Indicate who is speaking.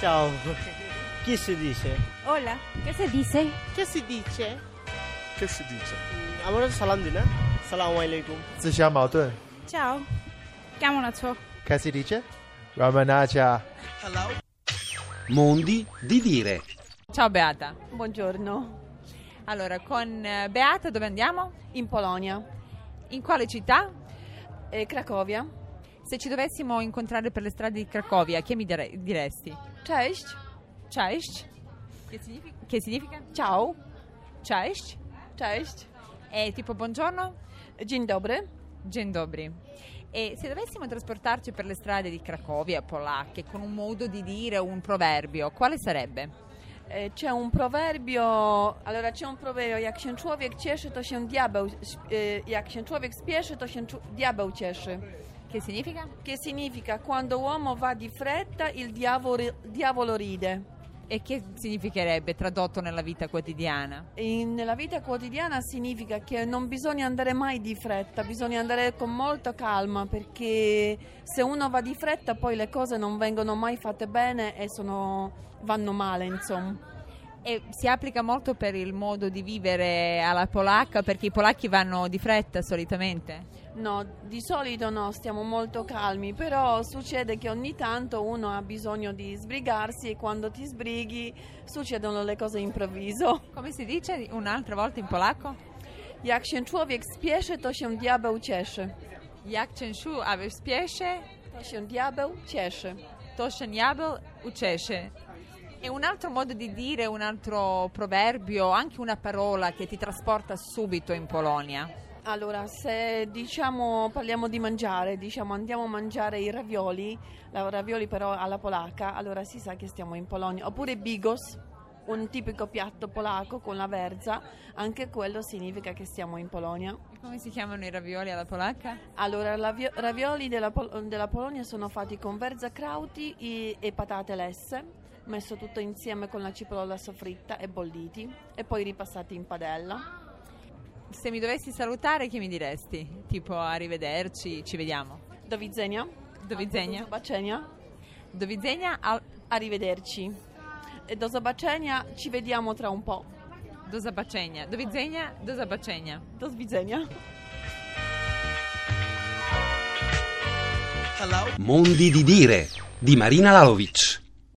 Speaker 1: Ciao. Chi si dice?
Speaker 2: Hola, ¿qué se dice?
Speaker 3: Che si dice?
Speaker 4: Che si dice?
Speaker 1: আমরা তো সালাম দিই না সালাম আলাইকুম
Speaker 5: 自相矛盾。
Speaker 2: Ciao. Chiamo la ciò.
Speaker 5: Che si dice? Ramanacha.
Speaker 6: Mondi di dire.
Speaker 7: Ciao Beata.
Speaker 8: Buongiorno.
Speaker 7: Allora, con eh, Beata dove andiamo?
Speaker 8: In Polonia.
Speaker 7: In quale città?
Speaker 8: Eh, Cracovia.
Speaker 7: Se ci dovessimo incontrare per le strade di Cracovia, chi mi dire- diresti?
Speaker 8: Cześć.
Speaker 7: Cześć. Che significa? Che significa?
Speaker 8: Ciao.
Speaker 7: Cześć.
Speaker 8: Cześć.
Speaker 7: È tipo buongiorno?
Speaker 8: Dzień dobry.
Speaker 7: Gendobri. E se dovessimo trasportarci per le strade di Cracovia, polacche, con un modo di dire, un proverbio, quale sarebbe?
Speaker 8: E, C'è un proverbio, allora c'è un proverbio, jak się człowiek cieszy, to się diabeł, e, jak się człowiek spieszy, to się czu- diabeł cieszy.
Speaker 7: Che significa?
Speaker 8: Che significa, quando uomo va di fretta, il diavolo, diavolo ride.
Speaker 7: E che significherebbe tradotto nella vita quotidiana?
Speaker 8: E nella vita quotidiana significa che non bisogna andare mai di fretta, bisogna andare con molta calma, perché se uno va di fretta poi le cose non vengono mai fatte bene e sono, vanno male, insomma.
Speaker 7: E si applica molto per il modo di vivere alla polacca, perché i polacchi vanno di fretta solitamente.
Speaker 8: No, di solito no, stiamo molto calmi, però succede che ogni tanto uno ha bisogno di sbrigarsi e quando ti sbrighi succedono le cose improvviso.
Speaker 7: Come si dice un'altra volta in polacco?
Speaker 8: Jak się człowiek spieszy, to się diabeł cieszy.
Speaker 7: Jak Censhu aver spiesce,
Speaker 8: To się diabeł cieszy.
Speaker 7: toshen jabel ucesce. È un altro modo di dire, un altro proverbio, anche una parola che ti trasporta subito in Polonia.
Speaker 8: Allora, se diciamo parliamo di mangiare, diciamo andiamo a mangiare i ravioli, la ravioli però alla polacca, allora si sa che stiamo in Polonia, oppure bigos, un tipico piatto polacco con la verza, anche quello significa che stiamo in Polonia.
Speaker 7: Come si chiamano i ravioli alla polacca?
Speaker 8: Allora, lavio- ravioli della, Pol- della Polonia sono fatti con verza crauti e, e patate lesse, messo tutto insieme con la cipolla soffritta e bolliti e poi ripassati in padella.
Speaker 7: Se mi dovessi salutare, che mi diresti? Tipo arrivederci, ci vediamo.
Speaker 8: Dovizenia.
Speaker 7: Dovizenia?
Speaker 8: Bacenia.
Speaker 7: Dovizenia al
Speaker 8: Arrivederci. E do zobaczenia, ci vediamo tra un po'.
Speaker 7: dosabacenia. Dovizenia, dosabacenia.
Speaker 8: Do zwidzenia.
Speaker 6: Mondi di dire di Marina Lalovic.